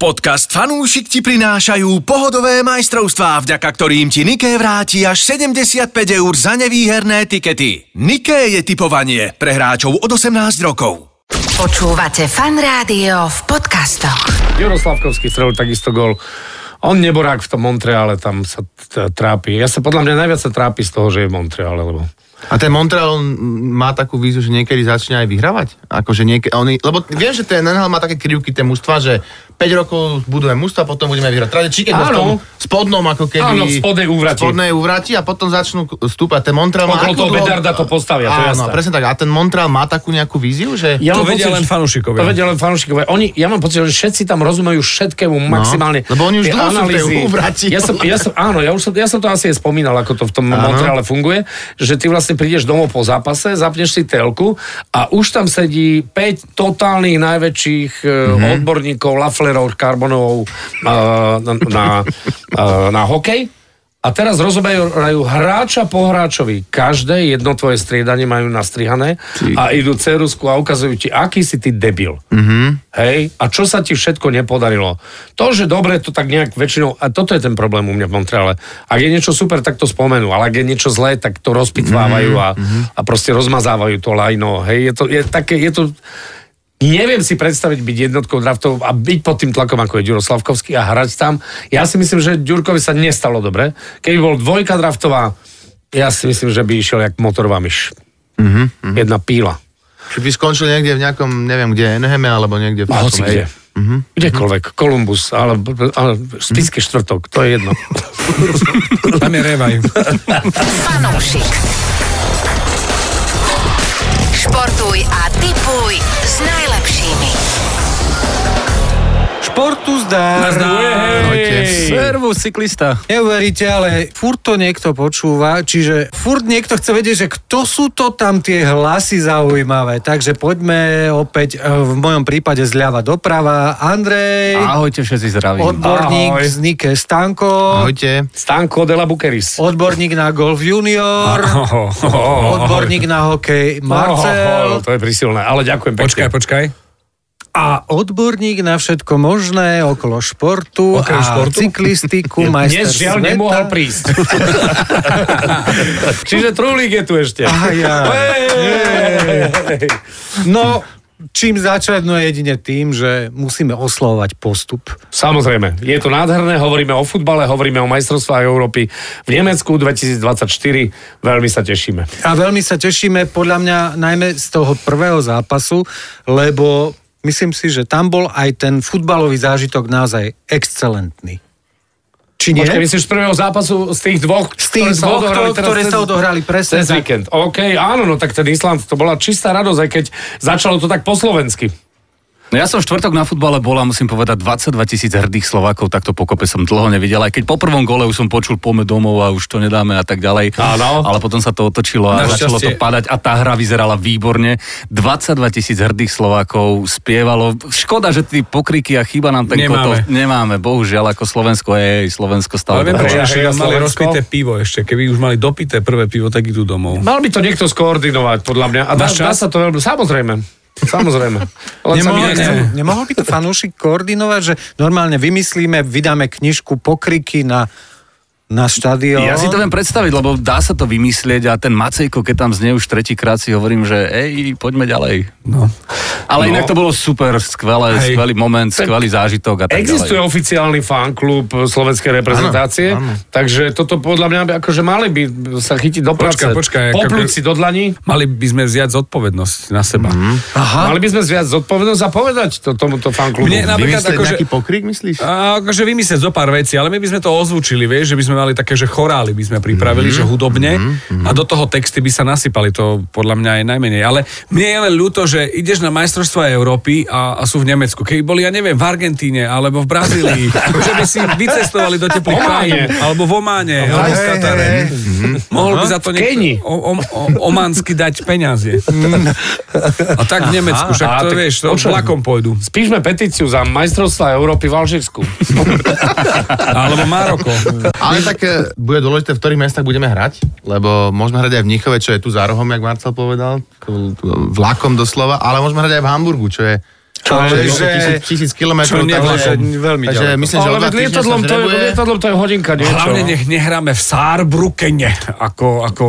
Podcast Fanúšik ti prinášajú pohodové majstrovstvá, vďaka ktorým ti Niké vráti až 75 eur za nevýherné tikety. Niké je typovanie pre hráčov od 18 rokov. Počúvate fan rádio v podcastoch. Juroslavkovský strelil takisto gol. On neborák v tom Montreale, tam sa t- trápi. Ja sa podľa mňa najviac sa trápi z toho, že je v Montreale, lebo... A ten Montreal on má takú víziu, že niekedy začne aj vyhrávať. Akože niekedy, oni, lebo viem, že ten NHL má také krivky tie mužstva, že 5 rokov budujeme mužstva, potom budeme vyhrať. Teda Čiket bol v tom Áno. spodnom ako keby... Áno, v spodnej úvrati. spodnej úvrati a potom začnú k- stúpať. Ten Montreal má... Okolo akú toho dlho- Bedarda to postavia, to je Áno, jasné. presne tak. A ten Montreal má takú nejakú víziu, že... Ja To mám vedia len To fanúšikovia. vedia len fanúšikovia. Oni, ja mám pocit, že všetci tam rozumejú všetkému maximálne. No. lebo oni už Tie dlho sú v tej analýzy. úvrati. Ja som, ja som, áno, ja, už som, ja som to asi aj spomínal, ako to v tom Áno. Montreale funguje, že ty vlastne prídeš domov po zápase, zapneš si telku a už tam sedí 5 totálnych najväčších mm-hmm. odborníkov, laflerov, karbonovov na, na, na, na hokej. A teraz rozobajú hráča po hráčovi. Každé jedno tvoje striedanie majú nastrihané a idú cerusku a ukazujú ti, aký si ty debil. Mm-hmm. Hej? A čo sa ti všetko nepodarilo? To, že dobre, to tak nejak väčšinou... A toto je ten problém u mňa v Montreale. Ak je niečo super, tak to spomenú, ale ak je niečo zlé, tak to rozpitvávajú a, a proste rozmazávajú to lajno. Hej? Je to, je také, je to, Neviem si predstaviť byť jednotkou draftov a byť pod tým tlakom, ako je Ďuro Slavkovský a hrať tam. Ja si myslím, že Ďurkovi sa nestalo dobre. Keby bol dvojka draftová, ja si myslím, že by išiel jak motorová myš. Mm-hmm. Jedna píla. Že by skončil niekde v nejakom, neviem kde, Enheme E alebo niekde v A takom, hoci kde. hej. Mhm. Mm-hmm. Kdekoľvek. Kolumbus, ale, ale Spiske mm-hmm. štvrtok, to je jedno. Tam je revaj. Fanúšik. Športuj a typuj s najlepšími. Športu zdar. Ahojte. Servus, cyklista. Neuveríte, ale furt to niekto počúva, čiže furt niekto chce vedieť, že kto sú to tam tie hlasy zaujímavé. Takže poďme opäť e, v mojom prípade zľava doprava. Andrej, Ahojte všetci zdraví. odborník Ahoj. z Nike Stanko, Ahojte. Stanko de la Bukeris. odborník na golf junior, odborník na hokej Marcel. to je prísilné, ale ďakujem pekne. Počkaj, počkaj. A odborník na všetko možné okolo športu a Okrem športu? cyklistiku, majster Dnes žiaľ sveta. nemohol prísť. Čiže Trulík je tu ešte. Aha, ja. Hej! No, čím začať? No jedine tým, že musíme oslovovať postup. Samozrejme, je to nádherné, hovoríme o futbale, hovoríme o majstrovstvách Európy v Nemecku 2024, veľmi sa tešíme. A veľmi sa tešíme, podľa mňa, najmä z toho prvého zápasu, lebo myslím si, že tam bol aj ten futbalový zážitok naozaj excelentný. Či nie? Počkaj, myslíš z prvého zápasu z tých dvoch, Z tých dvoch, ktoré, teraz ktoré cez- sa odohrali presne. Cez tak. víkend. OK, áno, no tak ten Island, to bola čistá radosť, aj keď začalo to tak po slovensky. No ja som v štvrtok na futbale bol a musím povedať 22 tisíc hrdých Slovákov, takto pokope som dlho nevidel, aj keď po prvom gole už som počul pome domov a už to nedáme a tak ďalej. Áno. Ale potom sa to otočilo a Našťastie. začalo to padať a tá hra vyzerala výborne. 22 tisíc hrdých Slovákov spievalo. Škoda, že tí pokriky a chýba nám ten Nemáme. kotol. Nemáme, bohužiaľ, ako Slovensko je, Slovensko stále. Ale viem, hrá. prečo ja, naši ja, ja, mali Slovensko. rozpité pivo ešte. Keby už mali dopité prvé pivo, tak idú domov. Mal by to niekto skoordinovať, podľa mňa. A dá, Máš dá čas? sa to veľmi... Samozrejme. Samozrejme. Len sa mi Nemohol- nechce. ne. Nemohol by to fanúšik koordinovať, že normálne vymyslíme, vydáme knižku pokriky na, na No. štadión. Ja si to viem predstaviť, lebo dá sa to vymyslieť a ten Macejko, keď tam znie už tretíkrát, si hovorím, že ej, poďme ďalej. No. Ale inak to bolo super, skvelé, Hej. skvelý moment, skvelý zážitok a tak Existuje ďalej. oficiálny fanklub slovenskej reprezentácie, áno, Áno, áno. áno. takže toto podľa mňa by- akože mali by sa chytiť do práce. Počkaj, počkaj, ako- Popľuť si do dlani. Mali by sme vziať zodpovednosť na seba. Mm-hmm. Aha. Mali by sme zviať zodpovednosť a povedať to tomuto fanklubu. Mne na- Napríklad Vymyslieť akože- nejaký pokrik, myslíš? A akože vymyslieť zo pár vecí, ale my by sme to ozvučili, vieš, že by sme mali také, že chorály by sme pripravili, mm-hmm. že hudobne mm-hmm. a do toho texty by sa nasypali, to podľa mňa je najmenej. Ale mne je len ľúto, že ideš na majstrovstvá Európy a, a sú v Nemecku. Keby boli, ja neviem, v Argentíne alebo v Brazílii, že by si vycestovali do teplých Ománe. krajín, alebo v Ománe, alebo v Katare. Mohol by za to Keni. niekto o, o, o, ománsky dať peniaze. A tak v Nemecku, Á, však to tak vieš, to počujem. vlakom pôjdu. Spíšme petíciu za majstrovstvá Európy v Alžírsku. Alebo Maroko. Ale tak e, bude dôležité, v ktorých mestách budeme hrať, lebo môžeme hrať aj v Mnichove, čo je tu za rohom, jak Marcel povedal, tu- tu vlakom doslova, ale môžeme hrať aj v Hamburgu, čo je Čo, Ale že... že- Tisíc, tisíc kilometrov. Čo takže, nevlačom. Veľmi takže ďaleko. myslím, že o Ale dva veď týždne sa lietadlom to, je, zrebuje. lietadlom to je hodinka niečo. Hlavne no. nech nehráme v Saarbrückene, ako, ako...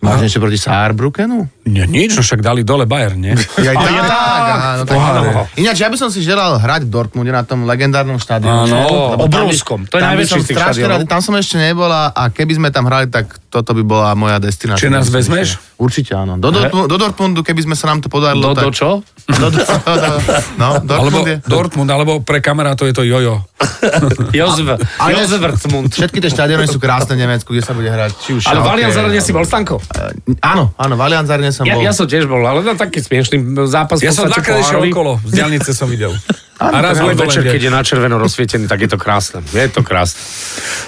Máš niečo proti Saarbrückenu? Nie, nič, no však dali dole Bayern, nie? Ja aj tak, áno, tak poháre. áno. Ináč, ja by som si želal hrať v Dortmunde na tom legendárnom štádionu. Áno, obrovskom. To je najväčší z tých štadiónov. Tam som ešte nebola a keby sme tam hrali, tak toto by bola moja destinácia. Čiže nás Myslím, vezmeš? že- Určite áno. Do, Dortmu- do Dortmundu, keby sme sa nám to Do, podarilo. tak... do No čo? Do, do, do, no, Alebo Dortmund je... Dortmund, alebo pre kamarátov je to jojo. Jozef, Jozef Rtmund. Všetky tie štadióny sú krásne v Nemecku, kde sa bude hrať. Či už Ale Schalke, Valian Zarania si bol stanko. Eh, Áno, áno, v Allianz Arene som Ja, bol. ja som tiež bol, ale na taký smiešný zápas. Ja v som podstate dvakrát išiel pohárový. okolo, z diálnice som videl. A raz Ale bol dole, večer, kde- keď je na červeno rozsvietený, tak je to krásne. Je to krásne.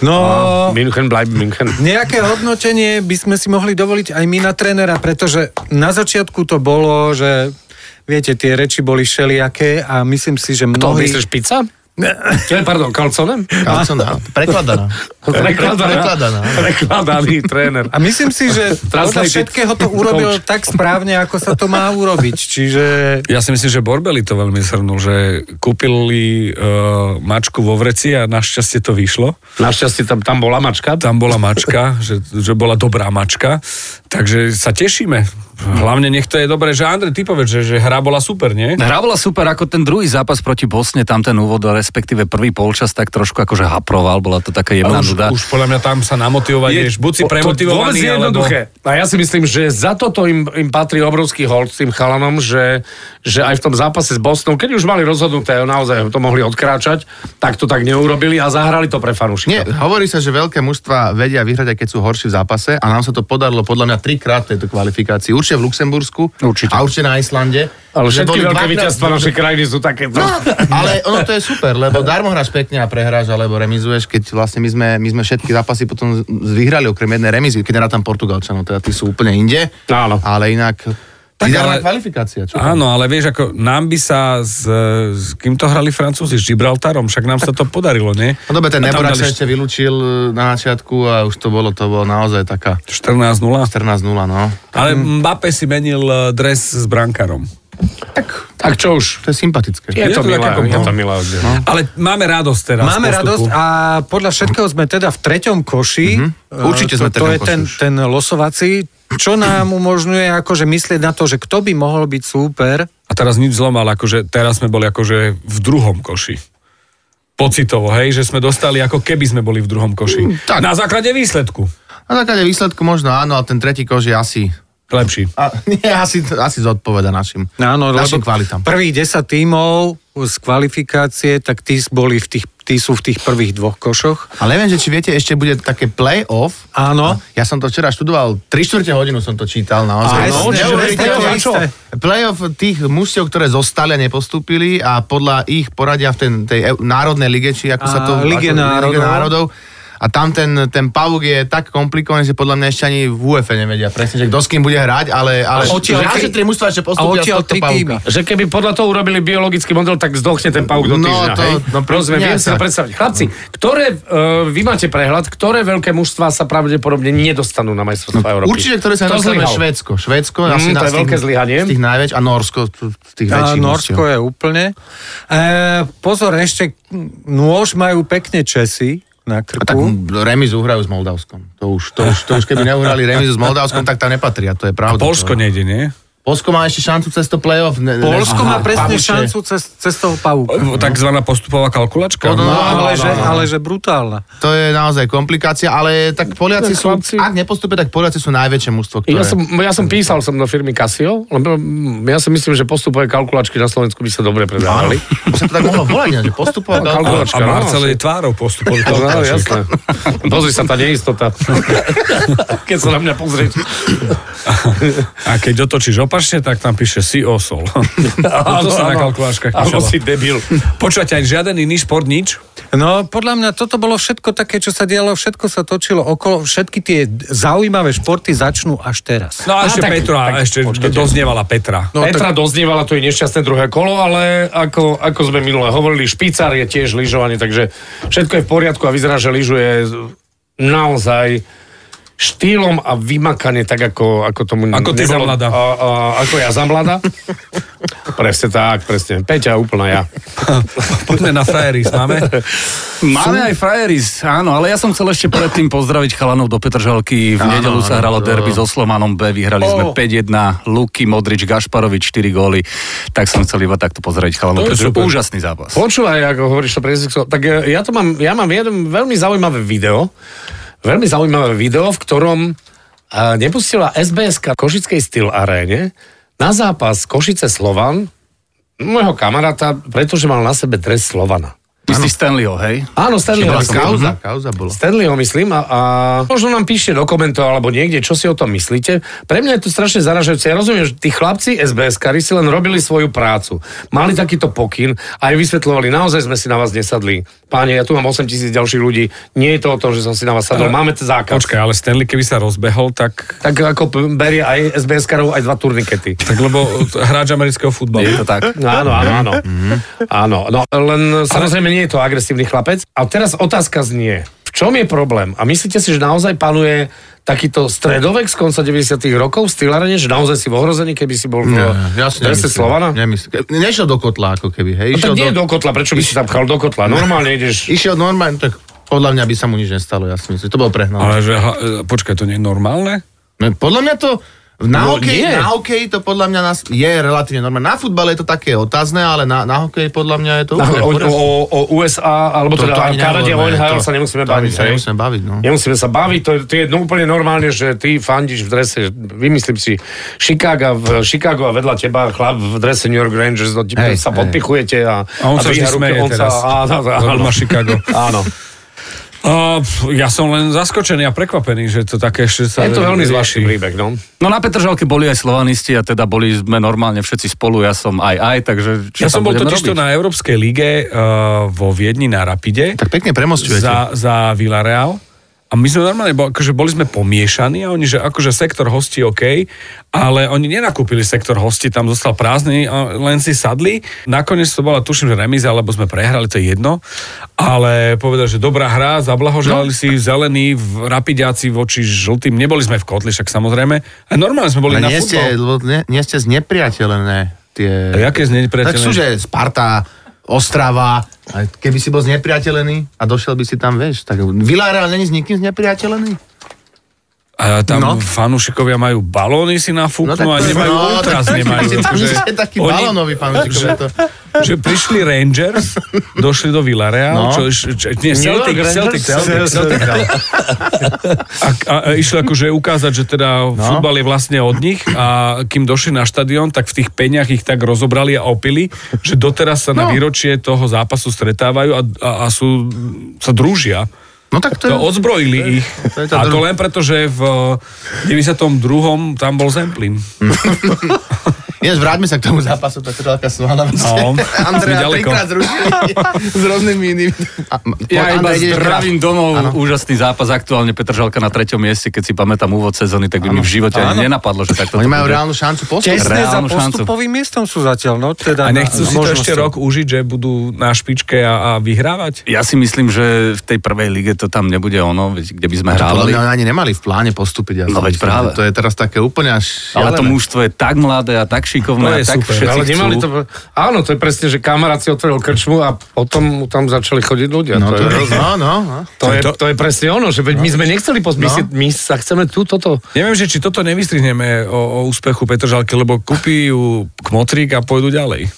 No, München, bleib München. Nejaké hodnotenie by sme si mohli dovoliť aj my na trénera, pretože na začiatku to bolo, že viete, tie reči boli všelijaké a myslím si, že To mnohí... myslíš pizza? Ne, pardon, kalconem? Kalcona, prekladaná. Prekladaná. Prekladaný tréner. A myslím si, že podľa Translated všetkého to urobil tak správne, ako sa to má urobiť. Čiže Ja si myslím, že Borbeli to veľmi srnul, že kúpili uh, mačku vo vreci a našťastie to vyšlo. Našťastie tam, tam bola mačka. Tam bola mačka, že, že bola dobrá mačka, takže sa tešíme. Hlavne nech to je dobré, že Andrej, ty povedz, že, že hra bola super, nie? Hra bola super, ako ten druhý zápas proti Bosne, tam ten úvod, respektíve prvý polčas, tak trošku akože haproval, bola to taká jemná Už, nuda. už podľa mňa tam sa namotivovať, je, buď si to- to premotivovaný, vôbec alebo... jednoduché. A ja si myslím, že za toto im, im patrí obrovský hold s tým chalanom, že, že aj v tom zápase s Bosnou, keď už mali rozhodnuté, naozaj to mohli odkráčať, tak to tak neurobili a zahrali to pre Nie, fanúšikov. hovorí sa, že veľké mužstva vedia vyhrať, aj keď sú horší v zápase a nám sa to podarilo podľa mňa trikrát v tejto kvalifikácii. Určite v Luxembursku Určite. a určite na Islande. Ale všetky Že boli veľké dvakrát- víťazstva našej krajiny sú takéto. No, ale ono to je super, lebo darmo hráš pekne a prehráš, alebo remizuješ, keď vlastne my sme, my sme všetky zápasy potom z- z- vyhrali okrem jednej remizy, keď nerá tam Portugalčanov, teda tí sú úplne inde. Áno. Ale inak... Tak, Tak ale- ale... kvalifikácia, čo? Áno, ale vieš, ako nám by sa s, s kým to hrali Francúzi, s Gibraltarom, však nám sa to podarilo, nie? No dobre, ten A tam Neborak dali sa ešte vylúčil e, na začiatku a už to bolo, to bolo naozaj taká 14-0. 14-0, no. Ale Mhm. Mbappé si menil eh, dres s brankárom. Tak čo už, To je sympatické. je, to to milé, tak ako- je to milé. No. Ale máme radosť teda. teraz. máme radosť postupu. a podľa všetkého sme teda v treťom koši. Mhm. Určite E, to, sme v To treťom je koši ten, už. ten losovací, čo nám umožňuje akože myslieť na to, že kto by mohol byť súper. A teraz nič zlom, ale akože teraz sme boli akože v druhom koši. Pocitovo, hej, že sme dostali ako keby sme boli v druhom koši. Mm, tak. Na základe výsledku. Na základe výsledku možno áno, ale ten tretí kož je asi... Lepší. A, nie, asi, asi zodpoveda našim, Áno, našim lebo kvalitám. prvých 10 tímov z kvalifikácie, tak tí, boli v tých, tí sú v tých prvých dvoch košoch. Ale neviem, že či viete, ešte bude také play-off. Áno. Ja som to včera študoval, 3 čtvrte hodinu som to čítal naozaj. No, Áno, čiže neuveriteľné. presne to isté. Play-off tých mužstiev, ktoré zostali a nepostúpili a podľa ich poradia v ten, tej eu- národnej lige, či ako sa to... A, Lige ako- národov. Lige národov. A tam ten, ten pavúk je tak komplikovaný, že podľa mňa ešte ani v UEFA nevedia presne, že kto s kým bude hrať, ale... ale A že odtiaľ tri- asi tri mužstva ešte A postúpia z odtiaľ tohto tri pavúka. týmy. Že keby podľa toho urobili biologický model, tak zdochne ten pauk do No, týždňa. to- hej? no, Rozumiem, nie viem si to tak. predstaviť. Chlapci, ktoré, uh, vy máte prehľad, ktoré veľké mužstva sa pravdepodobne nedostanú na majstrovstvá Európy? Určite, ktoré sa To nazývajú zlyhal. Švédsko. Švédsko Mm, asi to je na- z tých- veľké zlyhanie. Z tých najväč a Norsko z tých A väčších. Norsko je úplne. E, pozor, ešte nôž majú pekne Česi A na tak krku. remizu hrajú s Moldavskom. To už, to už, to už keby neuhrali remizu s Moldavskom, tak tam nepatria, to je pravda. Polsko To- nejde, nie? Polsko má ešte šancu cez to play-off. Ne, ne- Polsko Aha, má pavuče. presne šancu cez, cez toho pavúka. O, Takzvaná postupová kalkulačka. No, No, no, ale, že, no. ale že brutálna. To je naozaj komplikácia, ale tak Poliaci sú, Chlapci. ak nepostupia, tak Poliaci sú najväčšie mužstvo, Ja ktoré... som, ja som písal som do firmy Casio, lebo mm, ja si myslím, že postupové kalkulačky na Slovensku by sa dobre predávali. Už sa to tak mohlo volať, ináč, že postupovať. No, A, kalkulačka. a Marcel je tvárou postupový No, kalkulačka. jasné. Pozri sa, tá neistota. Keď sa na mňa pozrieš. A keď otočíš opačne, tak tam píše si osol. No, to sa na kalkulačkách Áno, píšalo. si debil. Počúvate, aj žiaden iný šport, nič? No, podľa mňa toto bolo všetko také, čo sa dialo, všetko sa točilo okolo, všetky tie zaujímavé športy začnú až teraz. No Á, a ešte tak- Petra, tak ešte počkajte. doznievala Petra. No, Petra tak... doznievala, to je nešťastné druhé kolo, ale ako, ako sme minule hovorili, špicár je tiež lyžovanie, takže všetko je v poriadku a vyzerá, že lyžuje naozaj štýlom a vymakanie, tak ako, ako tomu... Ako ty za nebolo- A, mladá. a, ako ja za mladá. Presne tak, presne. Peťa, úplná ja. Poďme na frajeris, máme? Máme aj frajeris, áno, ale ja som chcel ešte predtým pozdraviť chalanov do Petržalky. V nedelu sa hralo derby so Slomanom B, vyhrali Oh. sme 5-1, Luky, Modrič, Gašparovič, 4 góly. Tak som chcel iba takto pozdraviť chalanov, To je pretože super. úžasný zápas. Počúvaj, ako hovoríš to prezidensko, tak e, ja to mám, ja mám jeden veľmi zaujímavé video, veľmi zaujímavé video, v ktorom a, nepustila SBS v Košickej styl aréne na zápas Košice Slovan môjho kamaráta, pretože mal na sebe dres Slovana. Myslíš Stanleyho, hej? Áno, Stanley Bola Hogan. kauza, kauza bola. Stanleyho myslím a, a možno nám píšte do komentov alebo niekde, čo si o tom myslíte. Pre mňa je to strašne zaražajúce. Ja rozumiem, že tí chlapci sbs kari si len robili svoju prácu. Mali takýto pokyn a aj vysvetľovali, naozaj sme si na vás nesadli. Páne, ja tu mám 8 tisíc ďalších ľudí. Nie je to o tom, že som si na vás sadol. Máme ten zákaz. Počkaj, ale Stanley, keby sa rozbehol, tak... Tak ako p- berie aj sbs karov aj dva turnikety. Tak lebo e, hráč amerického futbalu. Je to tak. Mhm. No, áno, áno, áno. Áno, no len samozrejme nie je to agresívny chlapec. A teraz otázka znie, v čom je problém? A myslíte si, že naozaj panuje takýto stredovek z konca 90 rokov v stýlarene, že naozaj si v ohrození, keby si bol v drese No, Slovana? No Nemyslím. Nešiel do kotla, ako keby, hej. tak nie do... do kotla, prečo by si tam pchal do kotla? Normálne ideš... Išiel normálne, tak podľa mňa by sa mu nič nestalo, ja si myslím. To bolo prehnané. Ale že, ha- e, počkaj, to nie je normálne? No, podľa mňa to na, No, hokej, nie. na hokej to podľa mňa nas- je relatívne normálne. Na futbale je to také otázne, ale na, na hokej podľa mňa je to Na- úplne v O, poriadku. o, o USA, alebo To- teda to ani Kanade, o nehovorme, NHL to- sa nemusíme to ani baviť. sa hej? nemusíme baviť, no. Mhm. Nemusíme sa baviť, to, je- to je jedno úplne normálne, že ty fandíš v drese, vymyslím si, Chicago, v Chicago a vedľa teba chlap v drese New York Rangers, no, hey, Hej, sa hej. podpichujete a, A on sa dvíha vždy ruky, smeje on teraz. Sa, á, á, á, Lebo áno, má Chicago. áno. Uh, ja som len zaskočený a prekvapený, že to také ešte sa... Je to veľmi rieši. zvláštny príbeh, no. No na Petržalke boli aj slovanisti a teda boli sme normálne všetci spolu, ja som aj aj, takže čo Ja som tam bol budeme totiž to robiť? na Európskej lige uh, vo Viedni na Rapide. Tak pekne premostujete. za, za Villarreal. A my sme normálne, bo- akože boli sme pomiešaní a oni, že akože sektor hostí OK, ale oni nenakúpili sektor hostí, tam zostal prázdny, a len si sadli. Nakoniec to bola, tuším, že remíza, alebo sme prehrali, to je jedno. Ale povedal, že dobrá hra, zablahoželali no. si zelení, v- rapidiaci voči žltým, neboli sme v kotli, však samozrejme. A normálne sme boli Ale na No nie ste, futbal. lebo nie, nie ste znepriateľené tie... A jaké Tak znepriateľené? sú, že Sparta, Ostrava, a keby si bol znepriateľený a došiel by si tam, vieš, tak Villarreal není s nikým znepriateľený? A tam no. No. fanúšikovia majú balóny si nafúknú no, a nemajú no, ultras, tak- tak- nemajú. tak- akože Ste takí oni- balónoví, fanúšikovia, to... že prišli Rangers, došli do Villarreal, no. čo, čo, čo, nie, Celtic, Celtic, Celtic, Celtic, a, a, a išli akože ukázať, že teda no. futbal je vlastne od nich a kým došli na štadión, tak v tých peniach ich tak rozobrali a opili, že doteraz sa no. na výročie toho zápasu stretávajú a, a, a sú, sa družia. No tak to, To odzbrojili ich. to je tá A to dru- len preto, že v eh, 92. tam bol Zemplín. Ináč, vráťme sa k tomu zápasu, to je taká slána. No, sme Andrea ďaleko. trikrát zrušili s rôznymi inými. A- Ja Andrej, iba ideš zdravím domov, ano. úžasný zápas, aktuálne Petržalka na treťom mieste, keď si pamätám úvod sezóny, tak by mi v živote ano. ani nenapadlo, že takto hrať. Oni to majú bude. reálnu šancu postupovať. Tesne za Reálnu šancu. postupovým miestom sú zatiaľ, no teda... A nechcú na- na si to možnosti. ešte rok užiť, že budú na špičke a, a vyhrávať? Ja si myslím, že v tej prvej lige to tam nebude ono, veď kde by sme To podľa hrávali. mňa oni ani nemali v pláne postúpiť. Ja si No veď myslím, práve. že To je teraz také úplne až... Ale to šialené. mužstvo je tak mladé a tak To šikovné a je tak super. všetci Ale nemali chcú. to... Áno, to je presne, že kamarát si otvoril krčmu a potom mu tam začali chodiť ľudia. No, to, to, je, no, no, no. to, je, to je presne ono, že veď my sme nechceli post, my, si, No. my sa chceme tu toto... Neviem, že či toto nevystrihneme o, o úspechu Petržalky, lebo kúpi ju kmotrík a pôjdu ďalej.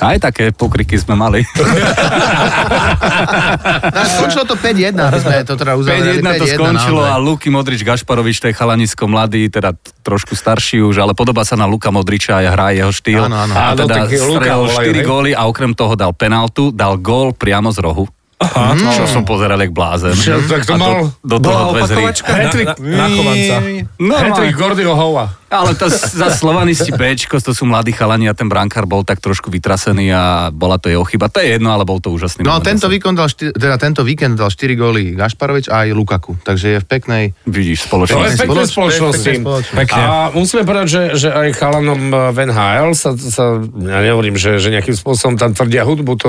Aj také pokriky sme mali. No, Skončilo to 5-1, aby sme to teda uzavreli. 5-1 to skončilo a naozaj. Luky Modrič Gašparovič, to je chalanisko mladý, teda t- trošku starší už, ale podobá sa na Luka Modriča a hrá jeho štýl. Áno, áno. A Áno, teda tak je Luka strelil volajú, 4 hej? góly a okrem toho dal penaltu, dal gól priamo z rohu. Aha, no. Hmm. Čo som pozeral, jak blázen. Čo, tak to a mal- do, do Bola toho dve zry. opakovačka? Hattrick. Na, na chovanca. No, Patrick Gordyho Hova. ale to s- za slovanisti Bčko, to sú mladí chalani a ten brankár bol tak trošku vytrasený a bola to jeho chyba. To je jedno, ale bol to úžasný. No moment. tento, víkend dal štyri, teda tento víkend dal 4 góly Gašparovič a aj Lukaku, takže je v peknej... Vidíš, To je spoločnosť. pekné Spoloč- spoločnosti. pekné spoločnosti. Pekne. A musíme povedať, že, že aj chalanom eh, v NHL sa, sa ja nehovorím, že, že nejakým spôsobom tam tvrdia hudbu, to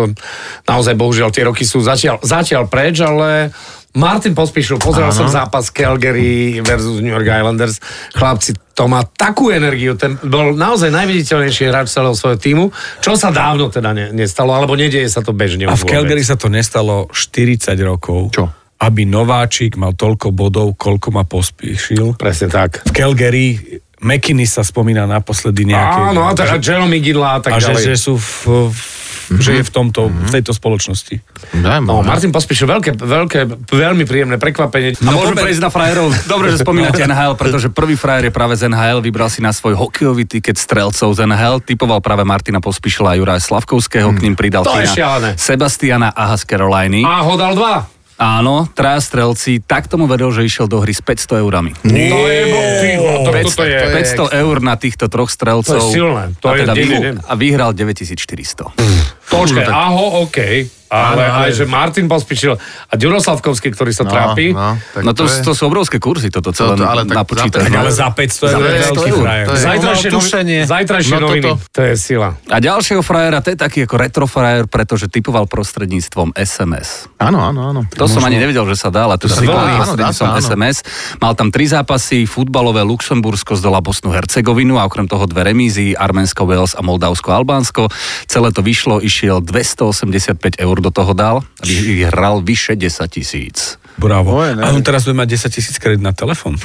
naozaj bohužiaľ tie roky sú zatiaľ, zatiaľ preč, ale Martin Pospíšil, pozeral som zápas Calgary versus New York Islanders. Chlapci, to má takú energiu, ten bol naozaj najviditeľnejší hráč celého svojho týmu, čo sa dávno teda ne, nestalo, alebo nedieje sa to bežne. A v vôbec. Calgary sa to nestalo 40 rokov. Čo? Aby Nováčik mal toľko bodov, koľko ma pospíšil. Presne tak. V Calgary McKinney sa spomína naposledy nejaké... Áno, a teda Jeremy Gidla a tak a že, ďalej. Mhm. že sú v, v, že je v tomto, v tejto spoločnosti. No, Martin Pospíšil, veľké, veľké, veľmi príjemné prekvapenie. A môžeme prejsť na frajerov. Dobre, že spomínate NHL, pretože prvý frajer je práve z NHL. Vybral si na svoj hokejový tiket strelcov z NHL. Typoval práve Martina Pospišila a Juraja Slavkovského. K ním pridal To je Tina šialené. Sebastiana Aha z Caroliny. A ho dal dva. Áno, traja strelci. Tak tomu veril, že išiel do hry s 500 eurami. To je, ty, no, to, to, to je, 500 eur na týchto troch strelcov. To je silné. To a, je teda divný vyhral- deň. a vyhral 9400. Počkaj, aho, OK. Ale aj, že Martin Pospičil a Ďuroslavkovský, ktorý sa trápi. No to, to, sú obrovské kurzy, toto celé Toto, ale to, tak napočítané. za Ale za 500 eur je 500 veľký eur, frajer. to je- Zajtrajšie Mal tušenie. noviny. Zajtrajšie No toto. noviny. To je sila. A ďalšieho frajera, to je taký ako retro frajer, pretože typoval prostredníctvom SMS. Áno, áno, áno. To som ani nevedel, že sa dá, ale tu sa sa dá, typoval áno, prostredníctvom dá sa, áno. SMS. Mal tam tri zápasy, futbalové Luxembursko zdolá Bosnu Hercegovinu a okrem toho dve remízy, Arménsko, Wales a Moldavsko, Albánsko. Celé to vyšlo, išiel 285 eur do toho dal, vy- vyhral vyše 10 tisíc. Bravo. A on teraz bude mať 10 tisíc kredit na telefón.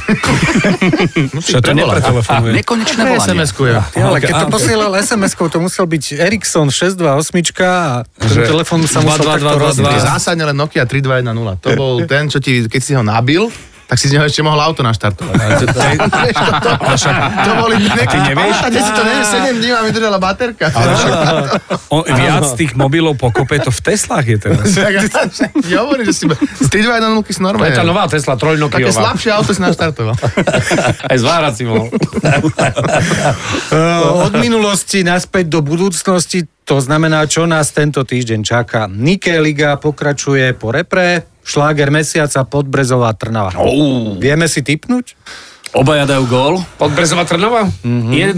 Čo to prevolať. nepretelefonuje? Nekonečné To je volanie. SMS-kuje. Ale keď to posielal SMS-kou, to musel byť Ericsson 628 a ten telefón sa musel takto Tie rozbiť. zásadne len Nokia 3210. To bol ten, čo ti, keď si ho nabil, tak si z neho ešte mohol auto naštartovať. Vieš, to, to, to boli nejaké... nevieš? A si to neviem, 7 dní a mi držala baterka. On, viac tých mobilov pokope, to v Teslách je teraz. Tak ja hovorím, že si... Z 3210 si To normálne... je tá nová Tesla, Také trojnokiová. slabšie auto si naštartoval. Aj zvárať si mohol. Eh, Od minulosti naspäť do budúcnosti, to znamená, čo nás tento týždeň čaká. Nike Liga pokračuje po repre, šláger mesiaca Podbrezová Trnava. Vieme si typnúť? Obaja dajú gól. Podbrezová Trnava? 1-2.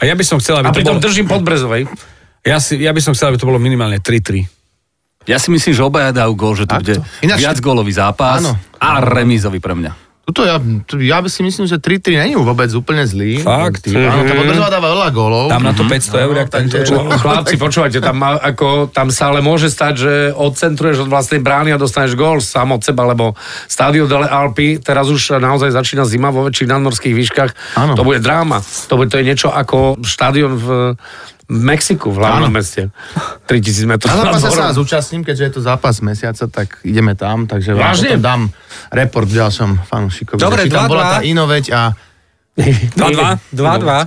A ja by som A chcel, aby to pritom bolo... držím Podbrezovej. Ja, si, ja by som chcel, aby to bolo minimálne 3-3. Ja si myslím, že obaja dajú gól, že to bude Ináč- viac gólový zápas Áno. a remízový pre mňa. Tuto ja, tu, ja by si myslím, že 3-3 není vôbec úplne zlý. Fakt? Ty, áno, tá podbrzová dáva veľa gólov. Tam na to 500 eur, No, ak tam takže- to Chlapci, počúvajte, tam, má, ako, tam sa ale môže stať, že odcentruješ od vlastnej brány a dostaneš gól sám od seba, lebo Stadio delle Alpi, teraz už naozaj začína zima vo väčších nadmorských výškach, Áno. to bude dráma. To, bude, to je niečo ako štadión v, v Mexiku, v hlavnom meste. 3000 metrov. Na nad zápase morom. sa zúčastním, keďže je to zápas mesiaca, tak ideme tam, takže vám Vážne? potom dám report ďalšom fanúšikovi. Dobre, že či tam 2-2. bola tá inoveď a 2-2. 2-2? no.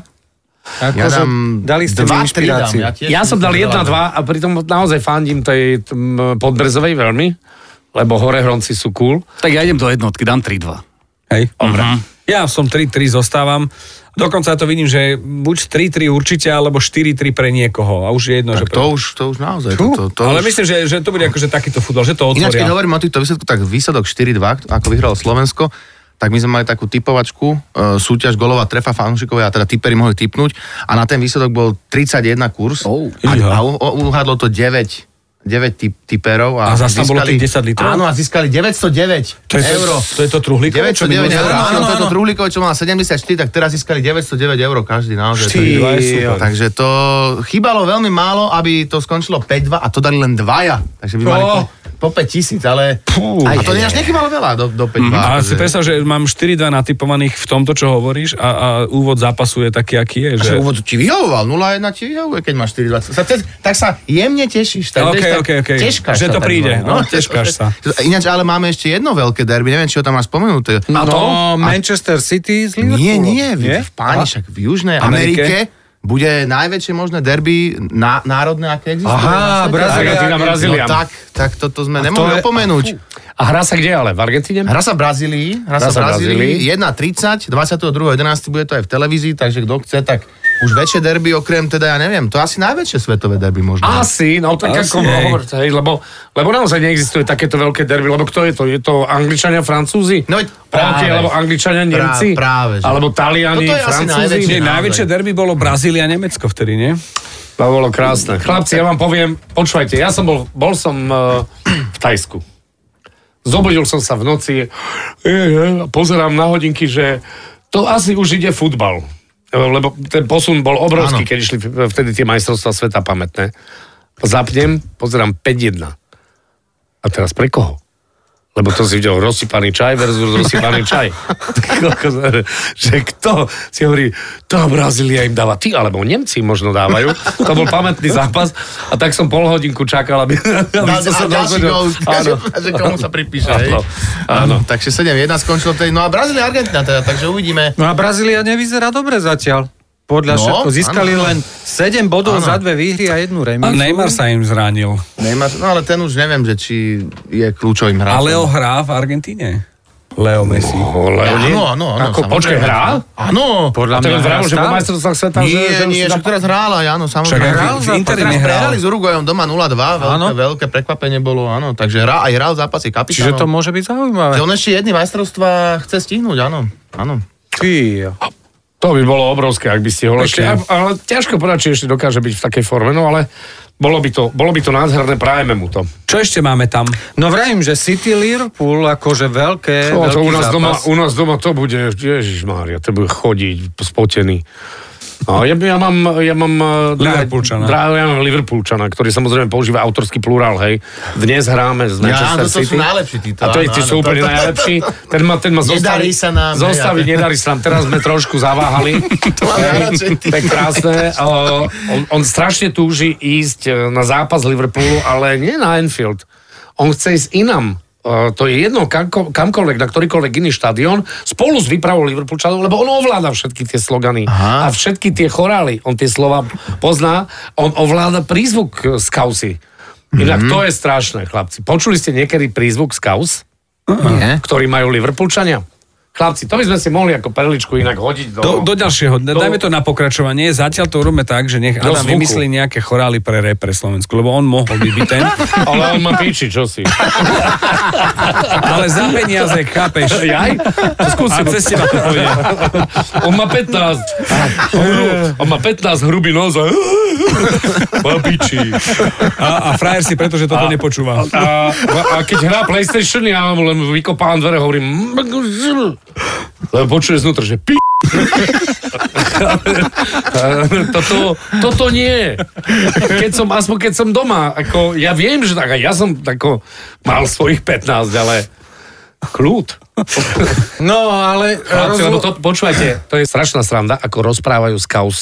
Ako, ja že dám dali ste mi 2-3 dám. inšpiráciu. Ja, tiež Ja som dal myslím, že 1-2 a pritom naozaj fandím tej tm, podbrezovej veľmi, lebo hore hronci sú cool. Tak ja idem do jednotky, dám 3-2. Hej. Mhm. Dobre. Ja som 3-3 zostávam. Dokonca to vidím, že buď 3-3 určite, alebo 4-3 pre niekoho. A už je jedno, že... Tak pre- to už, to už naozaj. To, to, to Ale už... myslím, že, že to bude akože takýto futbal, že to Ináč, keď otvoria. hovorím o týchto výsledkoch, tak výsledok 4-2, ako vyhralo Slovensko, tak my sme mali takú typovačku, e, súťaž golová trefa fanúšikovia, a teda typeri mohli typnúť a na ten výsledok bol 31 kurz Oh. a, a u, o- uhádlo to 9 9 typ, typerov a, A zase tam bolo získali- tých 10 litrov? Áno, a získali 909 To je, eur. to je to truhlíkové, 909 čo minulé eur, zahrali? áno, to je to Truhlíkové, čo mal 74, tak teraz získali 909 eur každý, naozaj. to je- Ty, je super. Takže to chýbalo veľmi málo, aby to skončilo 5-2 a to dali len dvaja. Takže by mali po, po 5 tisíc, ale... a to ináč nechýbalo veľa do, do 5-2. Mhm. A akože. si predstav, že mám 4-2 natypovaných v tomto, čo hovoríš a, a úvod zápasu je taký, aký je. Že... že úvod ti vyhovoval, 0-1 ti vyhovuje, keď máš 4-20. Sa te, tak sa jemne tešíš. Tak, Ok, vieš, tak ok, ok. teškáš Že sa to tak, príde, no, teškáš sa. Ináč, ale máme ešte jedno veľké derby, neviem, či ho tam máš spomenuté. No, Manchester City z Liverpoolu. Nie, nie, v, v páni, však v Južnej Amerike. Amerike? bude najväčšie možné derby na, národné, aké existuje. Aha, na svete. Brazília. Argentína, Brazília. No, tak, tak toto sme nemohli je- opomenúť. A hrá sa kde ale? V Argentíne? Hra sa v Brazílii, hra, sa v Brazílii, 1.30, 22.11. bude to aj v televízii, takže kto chce, tak už väčšie derby, okrem teda, ja neviem, to asi najväčšie svetové derby možno. Asi, no tak Asi, ako hej. hovoríte, hej, lebo, lebo naozaj neexistuje takéto veľké derby, lebo kto je to? Je to Angličania, Francúzi? No veď Práve. práve. Alebo Angličania, Prá- Nemci? práve, že. Alebo Taliani, Toto je asi Francúzi? najväčšie. Nie, naozaj. najväčšie derby bolo Brazília a Nemecko vtedy, nie? To bolo eh, krásne. Chlapci, ja vám poviem, počúvajte, ja som bol, bol som uh, v Tajsku. Zobudil som sa v noci e, e, a pozerám na hodinky, že to asi už ide futbal. E, Lebo ten posun bol obrovský, Áno. keď išli v- vtedy tie majstrovstvá sveta pamätné. Zapnem, pozerám 5-1. A teraz pre koho? Lebo to si videl rozsypaný čaj versus rozsypaný čaj. Ty kokos, že kto si hovorí, tá Brazília im dáva, ty alebo Nemci možno dávajú. To bol pamätný zápas a tak som pol hodinku čakal, aby, aby Dá, dá, som sa ďalší dozvedel. gol, Áno. že komu sa pripíše. hej? Áno. Áno. Takže 7-1 skončilo tej, no a Brazília a Argentina teda, takže uvidíme. No a Brazília nevyzerá dobre zatiaľ. No, Podľa no, všetko získali áno. áno. len 7 bodov Áno. áno. za dve výhry a jednu A remisu. Neymar sa im zranil. Neymar, no ale ten už neviem, že či je kľúčovým hráčom. A no. Leo hrá v Argentíne. Leo Messi. Ole, Áno, áno, áno. Ako, samozrejme. počkaj, hrá? Áno. Podľa A to mňa je hrá že po stále. majstrovstvách sveta, že, Nie, že nie, už však dá... teraz hrála, áno, Však aj samozrejme. v, Hral v zápas. Interi Teraz nehral. prehrali s Uruguayom doma 0-2, veľké, Áno. veľké prekvapenie bolo, áno. Takže hrá, aj hral zápasy Čiže to kapitánov. môže byť zaujímavé. Že on ešte jedný majstrovstva chce stihnúť, áno. Áno. Ty, jo. To by bolo obrovské, ak by ste ho ešte... Ešte- a- Ale ťažko povedať, či ešte dokáže byť v takej forme, no ale bolo by to, bolo by to nádherné, prajeme mu to. Čo ešte máme tam? No vrajím, že City Liverpool, akože veľké, To, to veľký u, nás zápas. doma, u nás doma to bude, Ježiš Mária, to bude chodiť spotený. No, ja, ja mám, ja mám eh, drahé- Liverpoolčana. drahé- ja mám Liverpoolčana, ktorý samozrejme používa autorský plurál, hej. Dnes hráme z Manchester áno, no to City. sú najlepší títo, A to je, áno, tí sú áno, úplne to- to- najlepší. Ten ma, ten ma Nedarí zostaví, sa nám, hej, zostaviť, ale- nedarí sa nám. Teraz sme trošku zaváhali. to, mám radšej ty. to je krásne. O, on, on strašne túži ísť e, na zápas Liverpoolu, ale nie na Anfield. On chce ísť inam. E, To je jedno, kamko- kamkoľvek, na ktorýkoľvek iný štadión, spolu s výpravou Liverpoolčanov, lebo on ovláda všetky tie slogany a Aha. všetky tie chorály. On tie slova pozná, on ovláda prízvuk e, z kausy. Inak to je strašné, chlapci. Počuli ste niekedy prízvuk z kaus? Nie. ktorý majú Liverpoolčania? Chlapci, to by sme si mohli ako perličku inak hodiť do... Do, do ďalšieho. Do- Do... Dajme to na pokračovanie. Zatiaľ to urobme tak, že nech Do Adam zvuku. vymyslí nejaké chorály pre repre Slovensku, lebo on mohol by byť ten. Ale on ma píči, čo si? Ale za peniaze, chápeš. Jaj? To skúsim. Áno, cez teba to pôjde. On má 15. On, on má 15 hrubý nos. a- Ma píči. A, a frajer si preto, že toto nepočúva. A, a keď hrá PlayStation, ja mu len vykopám dvere, hovorím... "Mm, Lebo počuje znútra, že pí... toto, toto nie. Keď som, aspoň keď som doma, ako, ja viem, že tak, a ja som tako, mal svojich 15, ale kľud. No, ale... Chlapci, rozlo- lebo to, počúvajte, to je strašná sranda, ako rozprávajú z kaus,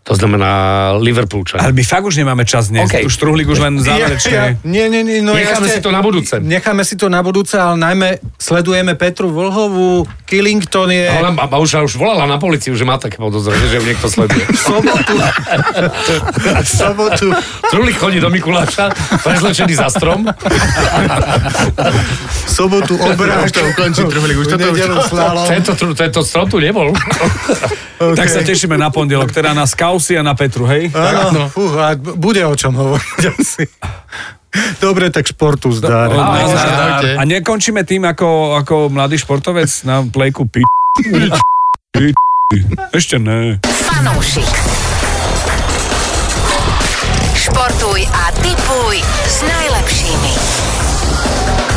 to znamená Liverpoolčania. Ale my fakt už nemáme čas dnes. OK. Okay. Už truhlík už len záverečné. Nie, nie, nie. No Necháme si to na budúce. Necháme si to na budúce, ale najmä sledujeme Petru Vlhovú, Killington je... A Ona a, a už, a už volala na policiu, že má také podozrenie, že ju niekto sleduje. v sobotu. V sobotu. Trulik chodí do Mikuláša, prezlečený za strom. V sobotu obrák. Už to ukončí trhlík, už v to to nedelu už... slalom. Tento, tru- tento strom tu nebol. Okay. Tak sa tešíme na pondelok, teda na Skausi a na Petru, hej? No. Áno, fú, a b- bude o čom hovoriť asi. Dobre, tak športu No, zdar. Ahoj, Ahoj, zdar. zdravte. A nekončíme tým, ako, ako mladý športovec na plejku pi... pi- pi- Ešte ne. Fanúšik. Športuj a tipuj s najlepšími.